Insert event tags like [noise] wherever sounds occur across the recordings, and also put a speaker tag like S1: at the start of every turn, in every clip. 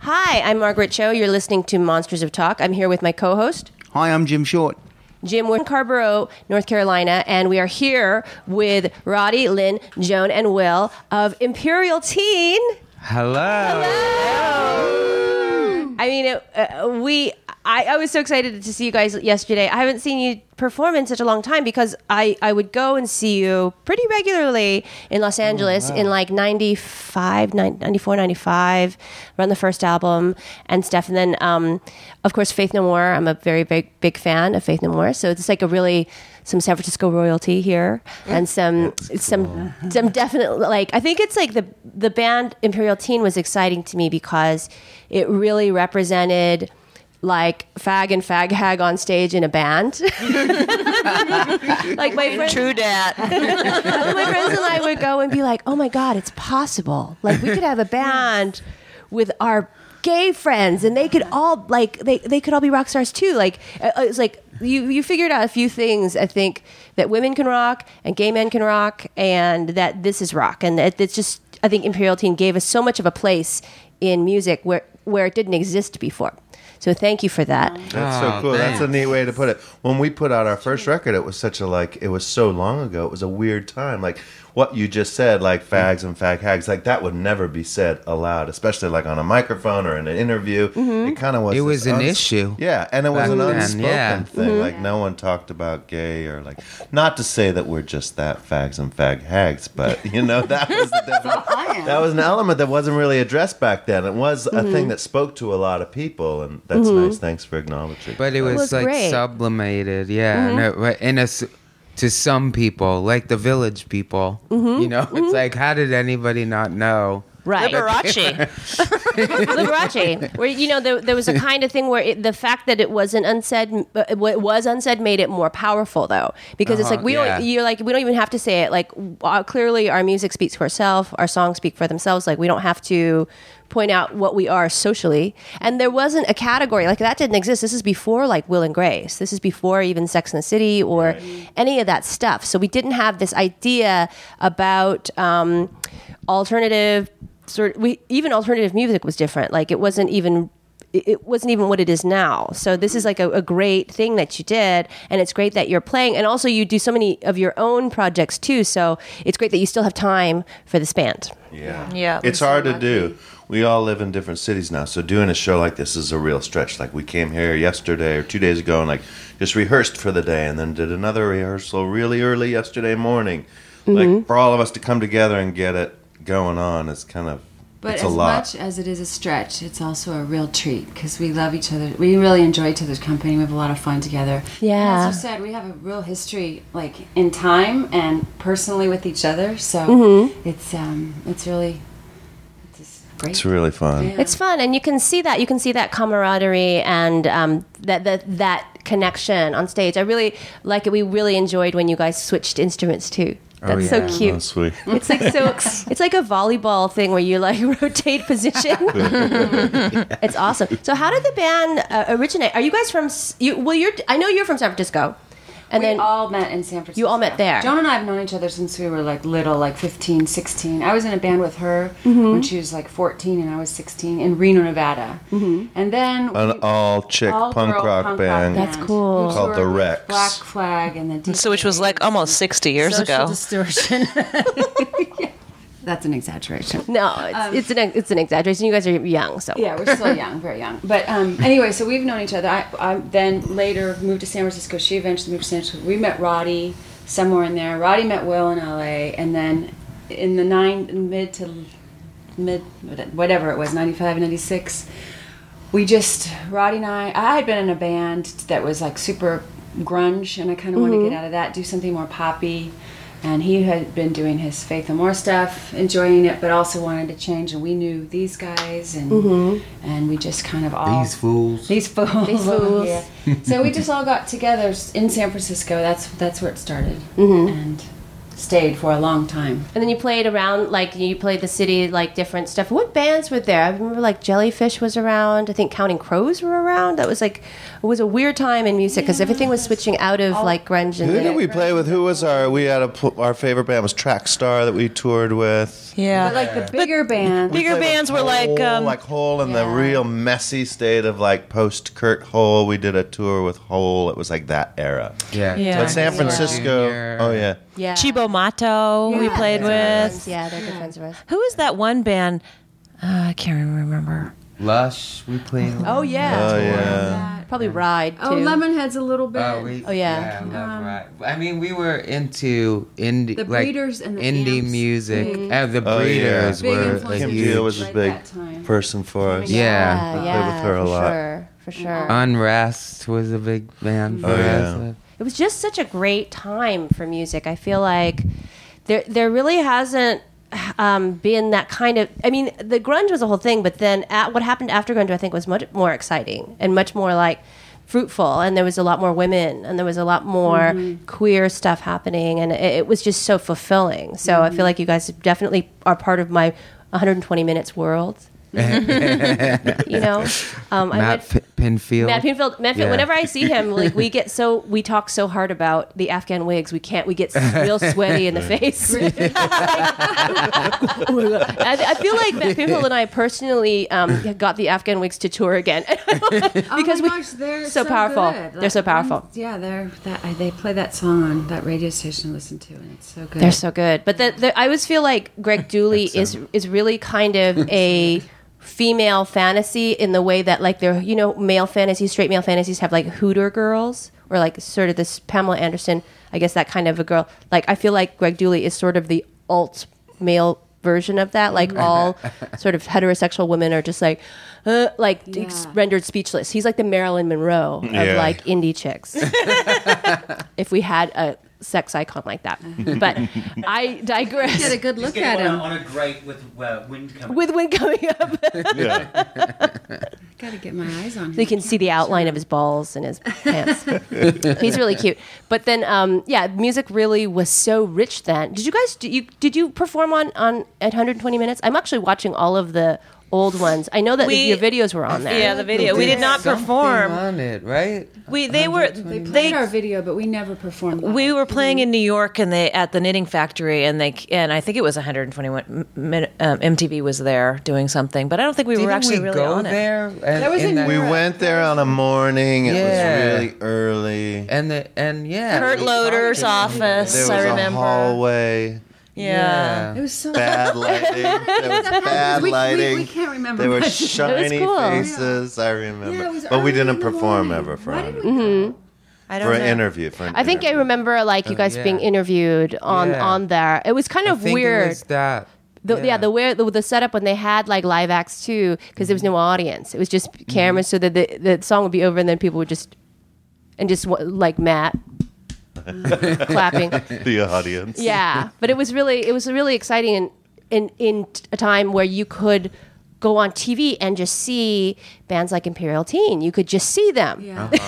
S1: Hi, I'm Margaret Cho. You're listening to Monsters of Talk. I'm here with my co host,
S2: Hi, I'm Jim Short.
S1: Jim. We're in Carborough, North Carolina, and we are here with Roddy, Lynn, Joan, and Will of Imperial Teen.
S3: Hello.
S1: I mean, it, uh, we. I, I was so excited to see you guys yesterday. I haven't seen you perform in such a long time because I, I would go and see you pretty regularly in Los Angeles in like 95, 9 94, 95, around the first album and stuff. And then, um, of course, Faith No More. I'm a very big, big fan of Faith No More. So it's like a really some San Francisco royalty here and some some some definite like I think it's like the the band Imperial Teen was exciting to me because it really represented like fag and fag hag on stage in a band. [laughs] like my friends,
S4: True dat.
S1: my friends and I would go and be like, "Oh my god, it's possible! Like we could have a band with our gay friends, and they could all like they they could all be rock stars too." Like uh, uh, it's like you you figured out a few things. I think that women can rock, and gay men can rock, and that this is rock, and it, it's just I think Imperial Teen gave us so much of a place in music where where it didn't exist before. So thank you for that.
S2: That's so
S3: Oh,
S2: cool. That's a
S3: thanks.
S2: neat way to put it. When we put out our first record, it was such a like it was so long ago. It was a weird time. Like what you just said, like fags and fag hags, like that would never be said aloud, especially like on a microphone or in an interview. It kind of was.
S3: Mm-hmm. It
S2: this
S3: was an issue
S2: Yeah, and it was
S3: back
S2: an
S3: then,
S2: unspoken
S3: yeah.
S2: thing. Like no one talked about gay or like. Not to say that we're just that fags and fag hags, but you know that was
S3: [laughs]
S2: the difference. that was an element that wasn't really addressed back then. It was a thing that spoke to a lot of people, and that's nice. Thanks for acknowledging.
S3: But it was,
S1: was
S3: like
S1: great.
S3: sublimated, yeah. And, it, wa- and it's to some people, like the village people, you know, it's like, how did anybody not know?
S1: Right.
S4: Liberace.
S1: Liberace, where you know there, there was a kind of thing where it, the fact that it wasn't unsaid, uh, it was unsaid, made it more powerful though, because it's
S3: Uh-huh,
S1: like we
S3: yeah.
S1: don't, you're like we don't even have to say it. Like uh, clearly, our music speaks for itself. Our songs speak for themselves. Like we don't have to point out what we are socially. And there wasn't a category like that didn't exist. This is before like Will and Grace. This is before even Sex and the City or any of that stuff. So we didn't have this idea about um, alternative sort we even alternative music was different like it wasn't even it- it wasn't even what it is now so this is like a, a great thing that you did and it's great that you're playing and also you do so many of your own projects too so it's great that you still have time for this band
S2: Yeah.
S4: Yeah.
S2: It's hard to do. We all live in different cities now, so doing a show like this is a real stretch. Like we came here yesterday or two days ago and like just rehearsed for the day and then did another rehearsal really early yesterday morning. Like for all of us to come together and get it going on is kind of
S5: But
S2: it's
S5: as
S2: a lot.
S5: much as it is a stretch, it's also a real treat because we love each other. We really enjoy each other's company. We have a lot of fun together. And
S1: Yeah.
S5: as you said, we have a real history, like in time and personally with each other. So
S1: Mm-hmm.
S5: it's um, it's really, it's just great.
S2: it's really fun.
S5: Yeah.
S1: it's fun and you can see that you can see that camaraderie and um, that, that that connection on stage i really like it we really enjoyed when you guys switched instruments too that's
S3: yeah.
S1: so
S2: Oh,
S1: cute
S2: sweet.
S1: It's like so. It's like a volleyball thing where you like [laughs] rotate position. it's awesome. So how did the band uh, originate? Are you guys from? S- You, well, you're. I know you're from San Francisco, and
S5: we
S1: then
S5: all met in San Francisco.
S1: You all met there.
S5: Joan and I have known each other since we were like little, like 15, 16. I was in a band with her
S1: Mm-hmm.
S5: when she was like 14 and I was 16 in Reno, Nevada.
S1: Mm-hmm.
S5: And then
S2: An all chick punk
S5: all-girl
S2: rock band.
S1: That's cool.
S5: We
S2: Called
S5: toured
S2: The
S5: with
S2: Rex.
S5: Black Flag and the Deep
S4: [laughs] So, which was like almost 60 years
S6: Social
S4: ago.
S6: distortion.
S5: [laughs] That's an exaggeration.
S1: no, it's, it's an it's an exaggeration. You guys are young, so
S5: um, Yeah, we're still young, very young. But um, anyway, so we've known each other. I, I then later moved to San Francisco. She eventually moved to San Francisco. We met Roddy somewhere in there. Roddy met Will in L.A. And then in the nine mid to mid whatever it was, 95, 96, we just Roddy and I. I had been in a band that was like super grunge, and I kind of wanted to
S1: Mm-hmm.
S5: get out of that, do something more poppy. And he had been doing his Faith and More stuff, enjoying it, but also wanted to change. And we knew these guys, and and we just kind of all
S3: These fools.
S5: these fools.
S1: Mm-hmm. These fools.
S5: [laughs] Yeah.
S1: Mm-hmm.
S5: so we just all got together s- in San Francisco. That's that's where it started. And stayed for a long time.
S1: And then you played around, like you played the city, like different stuff. What bands were there? I remember like Jellyfish was around. I think Counting Crows were around. That was like it was a weird time in music because everything was switching out of
S5: Oh.
S1: like grunge and.
S2: Who did
S1: like-
S2: we play with? Who was our? We had a pl- our favorite band was Track Star that we toured with.
S4: Yeah.
S5: But like the bigger bands,
S4: bigger
S2: Played with
S4: bands were like,
S2: Hole,
S4: um,
S2: like Hole in the real messy state of like post Kurt Hole. We did a tour with Hole. It was like that era.
S3: Yeah.
S4: Yeah.
S2: But San
S1: Yeah.
S2: Francisco.
S3: Junior.
S2: Oh yeah.
S1: Yeah.
S4: Chibo Mato we
S1: Yeah, they're
S4: played
S1: good
S4: with.
S1: friends. Yeah, they're good friends of ours.
S4: Who is that one band? Uh, I can't even remember.
S3: Lush, we played.
S1: Oh yeah.
S2: Oh yeah.
S1: Probably Ride too.
S5: oh, Lemonhead's a little bit.
S3: Oh, we,
S1: Oh, yeah.
S3: love rock. I mean, we were into indie,
S5: The
S3: like
S5: Breeders and the
S3: indie
S5: Amps.
S3: music. Uh, the
S2: Oh, yeah.
S3: breeders
S5: Big
S3: were
S5: influence.
S3: like
S2: Kim
S5: Huge.
S2: Deal was a
S5: Right
S2: big
S5: that time.
S2: person for us.
S3: Yeah.
S1: yeah,
S2: We
S1: yeah,
S2: played with her a
S1: for
S2: lot.
S1: sure, for sure.
S3: Oh, Unrest was a big band for
S2: Oh,
S3: us.
S2: yeah.
S1: it was just such a great time for music. I feel like there there really hasn't um, been that kind of. I mean, the grunge was a whole thing, but then at, what happened after grunge, I think, was much more exciting and much more like fruitful. And there was a lot more women, and there was a lot more queer stuff happening, and it, it was just so fulfilling. So I feel like you guys definitely are part of my 120 minutes world. you know, um, I
S3: Matt
S1: went-
S3: P- Pinfield.
S1: Matt Pinfield, Matt Pinfield
S3: Yeah.
S1: whenever I see him, like we get so we talk so hard about the Afghan wigs, we can't. We get s- real sweaty in the face. [laughs] Like, oh my God. I, I feel like Matt Pinfield and I personally um, got the Afghan wigs to tour again. [laughs] because
S5: oh my
S1: we-
S5: gosh, they're
S1: so powerful.
S5: good.
S1: They're so powerful.
S5: Yeah, they're that I, they play that song on that radio station. I listen to and it's so good.
S1: They're so good. But the, the, I always feel like Greg Dooley is is really kind of a female fantasy in the way that like they're you know male fantasies, straight male fantasies have like Hooter girls or like sort of this Pamela Anderson, I guess that kind of a girl. Like I feel like Greg Dooley is sort of the alt male version of that like all sort of heterosexual women are just like uh, like
S5: Yeah.
S1: rendered speechless he's like the marilyn monroe of
S2: Yeah.
S1: like indie chicks if we had a sex icon like
S3: [laughs]
S1: that. But I
S5: get a
S1: digress.
S5: good
S6: Just
S5: look
S6: get
S5: at
S6: one
S5: him.
S6: on a grate with uh, wind coming.
S1: With wind coming [laughs] up,
S2: Yeah.
S5: Gotta get my eyes on him.
S1: you can see the outline of his balls and his
S3: [laughs]
S1: pants. He's really cute. But then, um, yeah, music really was so rich then. Did you guys? Did you did you perform on on at 120 minutes? I'm actually watching all of the old ones. I know that
S4: We-
S1: your videos were on there.
S4: Yeah, the video. We did not
S3: Something
S4: perform.
S3: on it, right?
S4: We they were
S5: They played
S4: they
S5: our video, but we never performed. live.
S4: we were playing in New York and they at the Knitting Factory and they and I think it was 121 min, um, MTV was there doing something, but I don't think we
S3: Didn't
S4: were actually
S3: we
S4: really
S3: go
S4: on it.
S3: there? And,
S5: That was in
S2: We
S5: Europe.
S2: went there on a morning. It
S3: Yeah.
S2: was really early.
S3: and the and yeah,
S4: Kurt
S3: we
S4: Loder's
S3: talked in there.
S4: office.
S2: There was
S4: I
S2: a
S4: remember.
S2: hallway.
S4: yeah.
S5: It was
S2: [laughs]
S5: so
S2: Bad lighting. There was bad
S5: [laughs] We- we-
S2: lighting.
S5: we can't remember
S2: There were
S5: much. It was
S2: shiny
S1: cool.
S2: faces. I remember.
S5: Yeah, it was
S2: but
S5: early
S2: we didn't
S5: in the
S2: perform
S5: morning.
S2: ever for,
S5: Why
S2: an-
S5: did we
S1: Mm-hmm.
S5: go?
S4: I don't
S2: for an
S4: know.
S2: interview. For an
S1: I think I
S2: interview.
S1: remember like you guys
S3: Uh, yeah.
S1: being interviewed on
S3: Yeah.
S1: on there. It was kind
S3: I
S1: of
S3: think it
S1: weird.
S3: was that.
S1: The, yeah. the where the, the setup when they had like live acts too, because there was no audience. It was just cameras, so that the, the song would be over, and then people would just and just wa- like Matt clapping.
S2: the audience.
S1: [laughs] Yeah, but it was really it was really exciting in in in t- a time where you could go on TV and just see bands like Imperial Teen. You could just see them.
S5: Yeah.
S1: [laughs]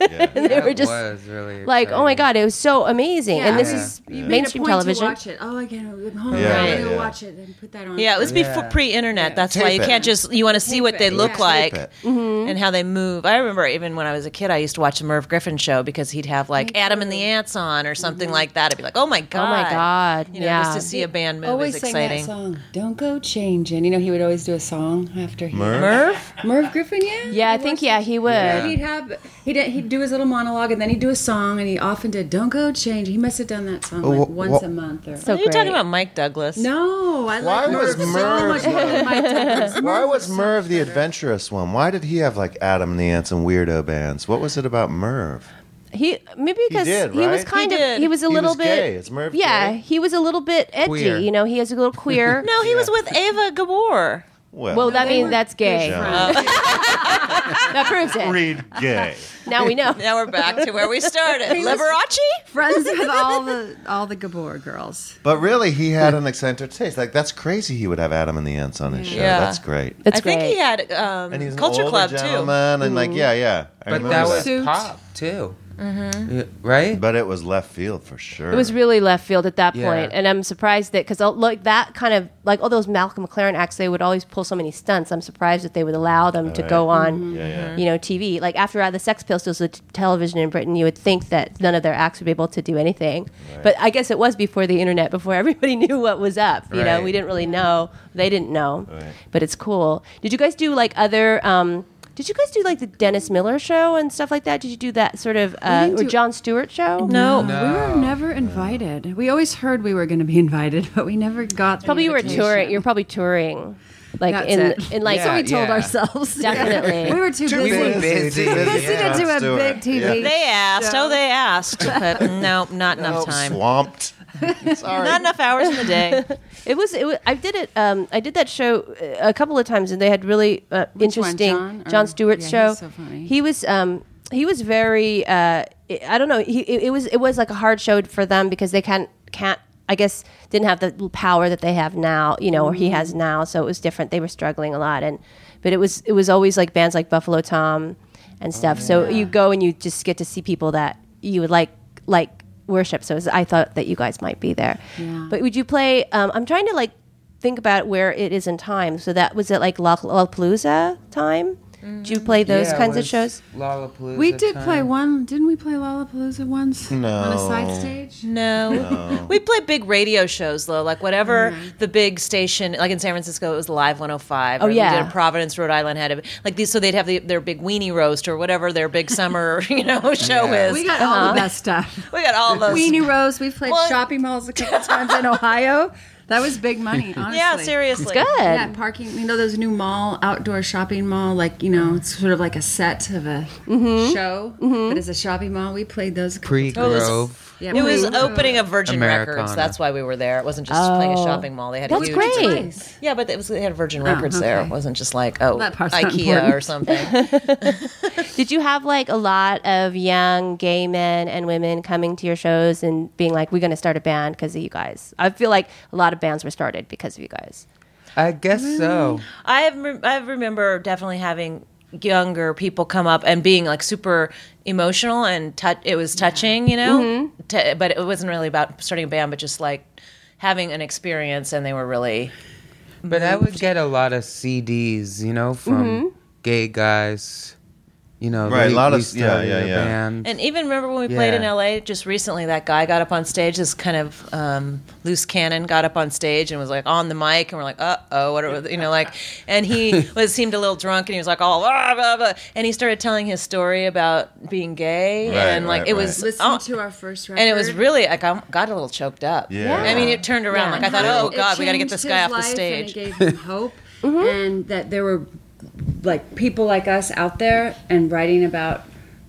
S1: And they
S3: That
S1: were just
S3: was really
S1: like, oh my
S3: exciting.
S1: god, it was so amazing.
S5: Yeah,
S1: and this
S5: it was-
S1: is
S5: you made a
S1: mainstream
S5: point to
S1: television.
S5: watch it. Oh, I get it. home.
S2: Yeah,
S5: I'm
S2: yeah,
S5: gonna
S2: yeah.
S5: watch it and put that on.
S4: Yeah, it was before
S3: Yeah.
S4: pre-internet. That's why
S2: Tape
S4: you
S2: it.
S4: can't just you want to see
S5: Tape
S4: what they
S5: it,
S4: look
S5: yeah.
S1: [laughs]
S4: like
S2: Tape it.
S1: Mm-hmm.
S4: and how they move. I remember even when I was a kid, I used to watch the Merv Griffin show because he'd have like Adam and the Ants on or something like that. I'd be like, oh my god,
S1: Mm-hmm. Oh my god,
S4: You know,
S1: yeah.
S4: just to see a band move
S5: Always
S4: is
S5: sang
S4: exciting.
S5: that song. Don't go changing. You know, he would always do a song after he
S2: Merv?
S4: Merv?
S5: Merv Griffin. Yeah.
S1: yeah, I
S5: He
S1: think
S5: was-
S1: yeah, he would.
S5: He'd have he'd he'd do his little monologue and then he'd do a song and he often did "Don't Go Change." He must have done that song like
S2: Oh, wh-
S5: once
S2: wh-
S5: a month or
S1: So
S4: Are you
S1: great.
S4: talking about Mike Douglas?
S5: no. I
S2: Why
S5: like
S2: was
S5: Merv so
S2: Merv
S5: much more
S2: [laughs]
S5: than Mike Douglas.
S2: Why was Merv the adventurous one? Why did he have like Adam and the Ants and weirdo bands? What was it about Merv?
S1: He maybe because he,
S2: did,
S1: was
S2: right?
S1: kind
S4: He
S1: of
S4: did.
S1: he was a
S2: He
S1: little
S2: was
S1: bit
S2: gay. It's Merv
S1: Yeah,
S2: gay?
S1: he was a little bit edgy.
S3: Queer.
S1: You know, he is a little queer.
S4: No, he was with Ava Gabor.
S2: Well,
S1: Well, that means
S5: were
S1: that's gay.
S2: Yeah.
S1: That proves it.
S2: [laughs] read gay.
S1: Now we know.
S4: Now we're back to where
S1: [laughs]
S4: we started. Liberace?
S5: friends with all the all the Gabor girls.
S2: But really, he had an eccentric taste. Like that's crazy. He would have Adam and the Ants on his show.
S4: Yeah.
S2: That's great.
S1: That's
S4: I think
S1: great.
S4: he had um,
S2: And he's an
S4: Culture
S2: older
S4: Club too.
S2: Mm-hmm. gentleman, and like yeah, yeah. I
S3: But
S2: remember
S3: that was
S5: Suit.
S3: pop too.
S4: Mm-hmm.
S3: Yeah, right?
S2: But it was left field for sure.
S1: It was really left field at that
S3: Yeah.
S1: point, and I'm surprised that because like that kind of like all those Malcolm McLaren acts, they would always pull so many stunts. I'm surprised that they would allow them to go
S2: Right. Mm-hmm.
S1: on,
S2: Yeah, yeah.
S1: you know, TV. Like after all the Sex Pistols to television in Britain, you would think that none of their acts would be able to do anything. But I guess it was before the internet, before [laughs] everybody knew what was up. You know,
S3: Right.
S1: we didn't really know. They didn't know.
S2: Right.
S1: But it's cool. Did you guys do like other? um did you guys do like the Dennis Miller show and stuff like that? Did you do that sort of uh,
S5: didn't
S1: or
S5: do-
S1: John Stewart show?
S4: No.
S5: We were
S2: Oh,
S5: never invited. We always heard we were going to be invited, but we never got. the
S1: Probably you were
S5: invitation.
S1: touring. You're probably touring, like
S5: That's
S1: in
S5: it.
S1: in like
S3: That's what we told Yeah.
S1: ourselves. [laughs] Definitely.
S5: We were too
S3: We were
S5: busy.
S3: busy.
S5: Busy to do a big TV.
S4: They asked.
S5: Yeah.
S4: Oh,
S1: [laughs]
S4: they asked. But no, not
S2: Oh,
S4: enough time.
S2: Swamped.
S4: Not enough hours in
S1: [laughs]
S4: the day.
S1: It was. It was. I did it. Um, I did that show uh, a couple of times, and they had really uh, interesting
S5: John or-
S1: Stewart's
S5: yeah,
S1: show.
S5: he's so funny.
S1: He was. Um, he was very. Uh, I I don't know. He it, it was. It was like a hard show for them because they can't can't. I guess didn't have the power that they have now, you know, or he has now. So it was different. They were struggling a lot, and but it was it was always like bands like Buffalo Tom and stuff. So you go and you just get to see people that you would like like worship. So it was, I thought that you guys might be there.
S5: Yeah.
S1: But would you play? Um, I'm trying to like think about where it is in time. So that was it like Lollapalooza time? Did you play those
S3: Yeah, it
S1: kinds of
S3: was
S1: shows?
S3: Lollapalooza
S5: We did play
S3: time.
S5: one, didn't we? Play Lollapalooza once on a
S2: No.
S5: side stage.
S4: No. We play big radio shows though, like whatever the big station, like in San Francisco, it was Live 105.
S1: Oh,
S4: or we
S1: yeah.
S4: did in Providence, Rhode Island had a, like these, so they'd have the, their big weenie roast or whatever their big summer, [laughs] you know, show is.
S5: We got all the best stuff.
S4: Uh-huh. [laughs] We got all those.
S5: Weenie Rose. We've played
S4: Well-
S5: shopping malls
S4: [laughs]
S5: a couple times in Ohio. That was big money, honestly.
S4: yeah, seriously.
S1: Good.
S5: Yeah, parking. You know, there's a new mall, outdoor shopping mall. Like you know, it's sort of like a set of a
S4: Mm-hmm.
S5: show, but it's a shopping mall. We played those. a couple
S3: Pre
S5: times.
S3: Grove.
S5: Yeah,
S4: It was
S5: pre-
S4: opening of Virgin
S3: Americana.
S4: Records. That's why we were there. It wasn't just playing a
S1: Oh.
S4: shopping mall. They had
S1: That's
S4: huge.
S1: great.
S5: Twice.
S4: Yeah, but it was they had Virgin Records there. It
S5: okay.
S4: wasn't just like oh
S5: That part's not
S4: IKEA
S5: important.
S4: or something.
S1: Did you have like a lot of young gay men and women coming to your shows and being like, "We're going to start a band because of you guys"? I feel like a lot of bands were started because of you guys.
S3: I guess so.
S5: Mm-hmm.
S4: I have rem- I remember definitely having younger people come up and being like super emotional and tou- it was touching, you know.
S2: Mm-hmm.
S4: To- but it wasn't really about starting a band, but just like having an experience, and they were really
S3: But I would get a lot of CDs, you know, from
S4: Mm-hmm.
S3: gay guys. You know,
S2: Right, a
S3: we-
S2: lot
S3: we
S2: of- yeah,
S3: started
S2: yeah,
S3: a
S2: yeah.
S3: band.
S4: And even remember when we played in
S3: Yeah.
S4: LA just recently, that guy got up on stage, this kind of um, loose cannon got up on stage and was like on the mic, and we're like, uh oh, what are, you know, like, and he
S2: [laughs]
S4: was seemed a little drunk and he was like, oh, blah, blah, blah, and he started telling his story about being gay
S2: Right,
S4: and like
S2: right,
S4: it
S2: right.
S4: was.
S5: Listen
S4: oh,
S5: to our first record,
S4: and it was really like I got a little choked up.
S2: Yeah.
S4: I mean, it turned around. Like I thought, oh
S5: It
S4: god, we got to get
S5: changed
S4: this
S5: his
S4: guy off the
S5: life,
S4: stage. Mm-hmm.
S5: And
S4: [laughs]
S5: it gave him hope, and that there were like people like us out there and writing about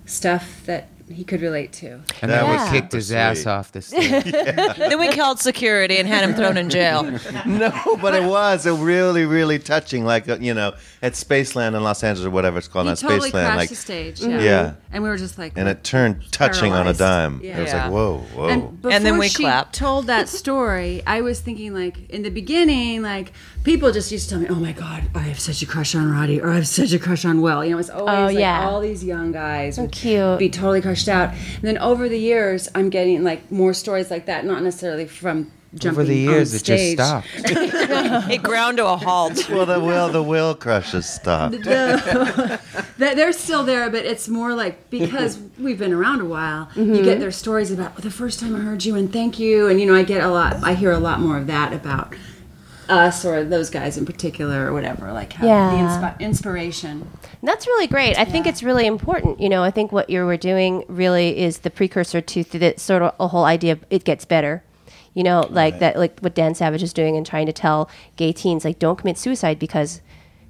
S5: stuff that he could relate to.
S3: And
S2: That
S3: then
S1: was
S3: we kicked his
S2: super
S3: ass
S2: sweet.
S3: off the
S5: [laughs]
S3: stage.
S4: then we called security and had him thrown in jail.
S2: [laughs] No, but it was a really, really touching. Like uh, you know, at Spaceland in Los Angeles or whatever it's called,
S5: he
S2: not
S5: totally
S2: Spaceland.
S5: crashed
S2: Like,
S5: the stage.
S4: Mm-hmm.
S5: Yeah.
S2: Yeah.
S5: and we were just like,
S2: and it turned touching
S5: Paralyzed.
S2: on a dime.
S5: Yeah.
S2: It was
S4: Yeah.
S2: like whoa, whoa.
S5: And,
S4: And then
S5: before
S4: we
S5: she
S4: clapped. [laughs]
S5: told that story, I was thinking like in the beginning, like people just used to tell me, "Oh my God, I have such a crush on Roddy," or "I have such a crush on Will." You know, it's always
S1: Oh,
S5: like
S1: yeah.
S5: all these young guys would
S1: cute.
S5: be totally crushed out. And then over the years, I'm getting like more stories like that, not necessarily from jumping
S3: Over the years,
S5: on
S3: it just
S5: stage.
S3: stopped.
S4: it ground to a halt.
S2: well, the will, the will crushes stopped.
S5: They're they're still there, but it's more like because we've been around a while, you get their stories about "Oh, the first time I heard you and thank you. And, you know, I get a lot, I hear a lot more of that about us or those guys in particular or whatever, like how the
S1: Yeah.
S5: inspi- inspiration.
S1: And That's really great. I think it's really important. You know, I think what you were doing really is the precursor to th- that sort of a whole idea of it gets better. You know, like that, like what Dan Savage is doing and trying to tell gay teens, like, don't commit suicide because,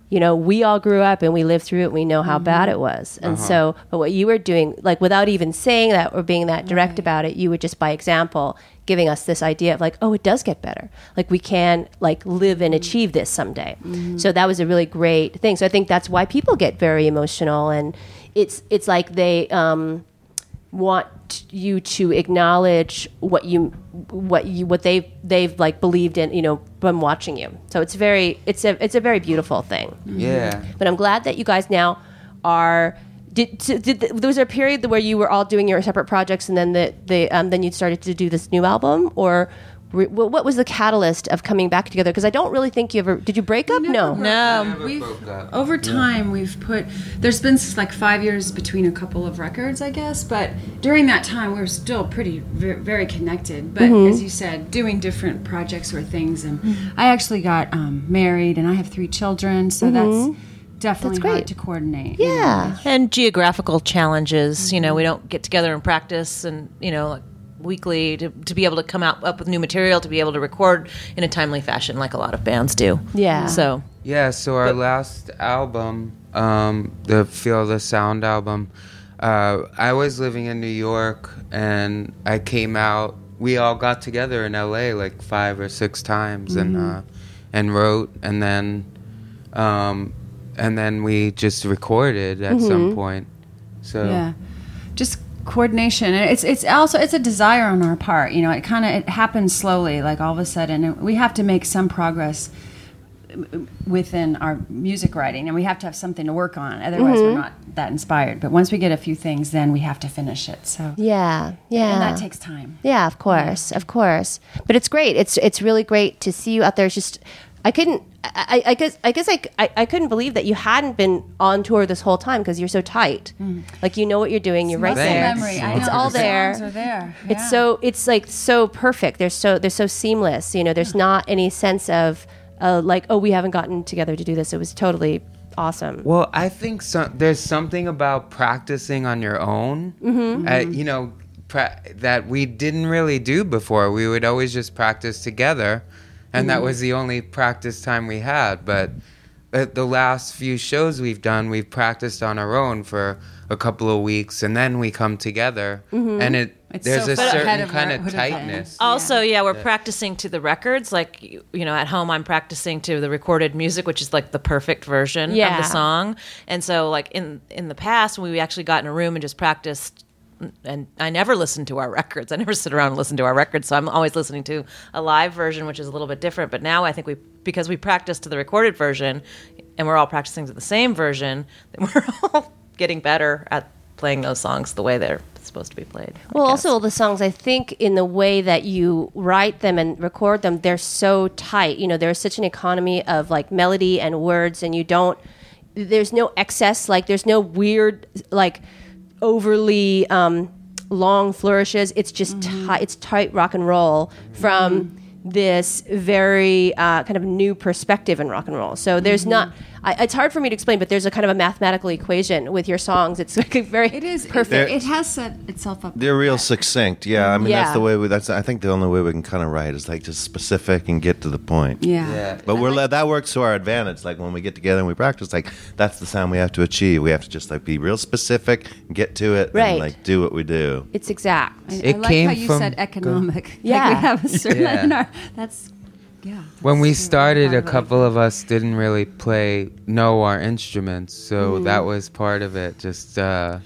S1: you know, we all grew up and we lived through it. And we know
S3: Mm-hmm.
S1: how bad it was. And
S3: Uh-huh.
S1: so, but what you were doing, like, without even saying that or being that direct about it, you were just by example giving us this idea of like, oh, it does get better. Like we can like live and achieve this someday. So that was a really great thing. So I think that's why people get very emotional, and it's it's like they um, want you to acknowledge what you what you what they have they've like believed in, you know, from watching you. So it's very it's a it's a very beautiful thing
S3: yeah.
S1: but I'm glad that you guys now are Did, so did the, there was there a period where you were all doing your separate projects, and then the, the um, then you started to do this new album, or re, wh- what was the catalyst of coming back together? Because I don't really think you ever did. You break up? No.
S4: No.
S5: We've over time we've put there's been s- like five years between a couple of records, I guess. But during that time, we were still pretty ve- very connected. But
S1: Mm-hmm.
S5: as you said, doing different projects or things. And I actually got um, married, and I have three children, so that's definitely
S1: Mm-hmm. That's great.
S5: hard to coordinate. you know.
S1: Yeah.
S4: And geographical challenges. You know, we don't get together and practice and, you know, like weekly to, to be able to come out up with new material, to be able to record in a timely fashion like a lot of bands do.
S1: Yeah.
S4: So
S3: Yeah, so our last album, um, the Feel the Sound album, uh, I was living in New York and I came out. We all got together in LA like five or six times
S5: Mm-hmm.
S3: and uh, and wrote and then um, and then we just recorded at some point. So
S5: Mm-hmm. yeah just coordination And it's it's also it's a desire on our part you know it kind of it happens slowly like all of a sudden and we have to make some progress within our music writing and we have to have something to work on otherwise we're
S3: Mm-hmm.
S5: not that inspired but once we get a few things then we have to finish it so
S1: Yeah. Yeah.
S5: and that takes time
S1: Yeah, of course, of course. But it's great. It's it's really great to see you out there. It's just I couldn't. I, I I guess I guess I, c- I- I couldn't believe that you hadn't been on tour this whole time because you're so tight. Like you know what you're doing. You're right
S5: Muscle
S1: there.
S3: Thanks.
S5: Mm. memory I
S1: It's
S5: know,
S1: all
S5: the
S1: there.
S5: songs are there
S1: It's
S5: yeah.
S1: so it's like so perfect. They're so they're so seamless. You know, there's not any sense of uh, like oh we haven't gotten together to do this. It was totally awesome.
S3: Well, I think so, there's something about practicing on your own. Uh, you know, pra- that we didn't really do before. We would always just practice together, and that was the only practice time we had. But at the last few shows we've done, we've practiced on our own for a couple of weeks, and then we come together, and it
S5: It's
S3: there's
S5: so
S3: a
S5: far ahead
S3: certain
S5: of
S3: kind
S5: where it
S3: of
S5: would've been.
S3: tightness.
S4: Also, yeah, we're practicing to the records. Like, you, you know, at home, I'm practicing to the recorded music, which is like the perfect version
S1: Yeah.
S4: of the song. And so, like in in the past, we actually got in a room and just practiced. And I never listened to our [laughs] records. I never sit around and listen to our records. So I'm always listening to a live version, which is a little bit different. But now I think we because we practiced to the recorded version, and we're all practicing to the same version. [laughs] Then we're all getting better at playing those songs the way they're supposed to be played. I
S1: Well,
S4: guess.
S1: also the songs, I think, in the way that you write them and record them, they're so tight. You know, there's such an economy of like melody and words, and you don't. There's no excess. Like, there's no weird, like, overly um, long flourishes. It's just
S5: Mm-hmm.
S1: tight. It's tight rock and roll from this very uh, kind of new perspective in rock and roll. So there's not.
S5: Mm-hmm.
S1: I, it's hard for me to explain, but there's a kind of a mathematical equation with your songs. It's like a very
S5: it is it,
S1: perfect.
S5: it has set itself up
S2: They're real succinct. Yeah, I mean
S1: Yeah.
S2: that's the way. We, that's I think the only way we can kind of write is like just specific and get to the point.
S5: yeah,
S3: Yeah.
S2: But we're le- that works to our advantage. Like when we get together and we practice, like that's the sound we have to achieve. We have to just like be real specific, get to it,
S1: Right.
S2: and like do what we do.
S1: It's exact.
S5: I, I
S3: It
S5: like
S3: came
S5: how you
S3: from
S5: said
S3: go- [laughs]
S5: economic Like,
S1: Yeah.
S5: we have a certain
S3: Yeah.
S5: in [laughs] our, that's yeah
S3: when we started
S5: part
S3: a
S5: of it.
S3: couple of us didn't really play know our instruments so
S1: Mm-hmm.
S3: that was part of it just uh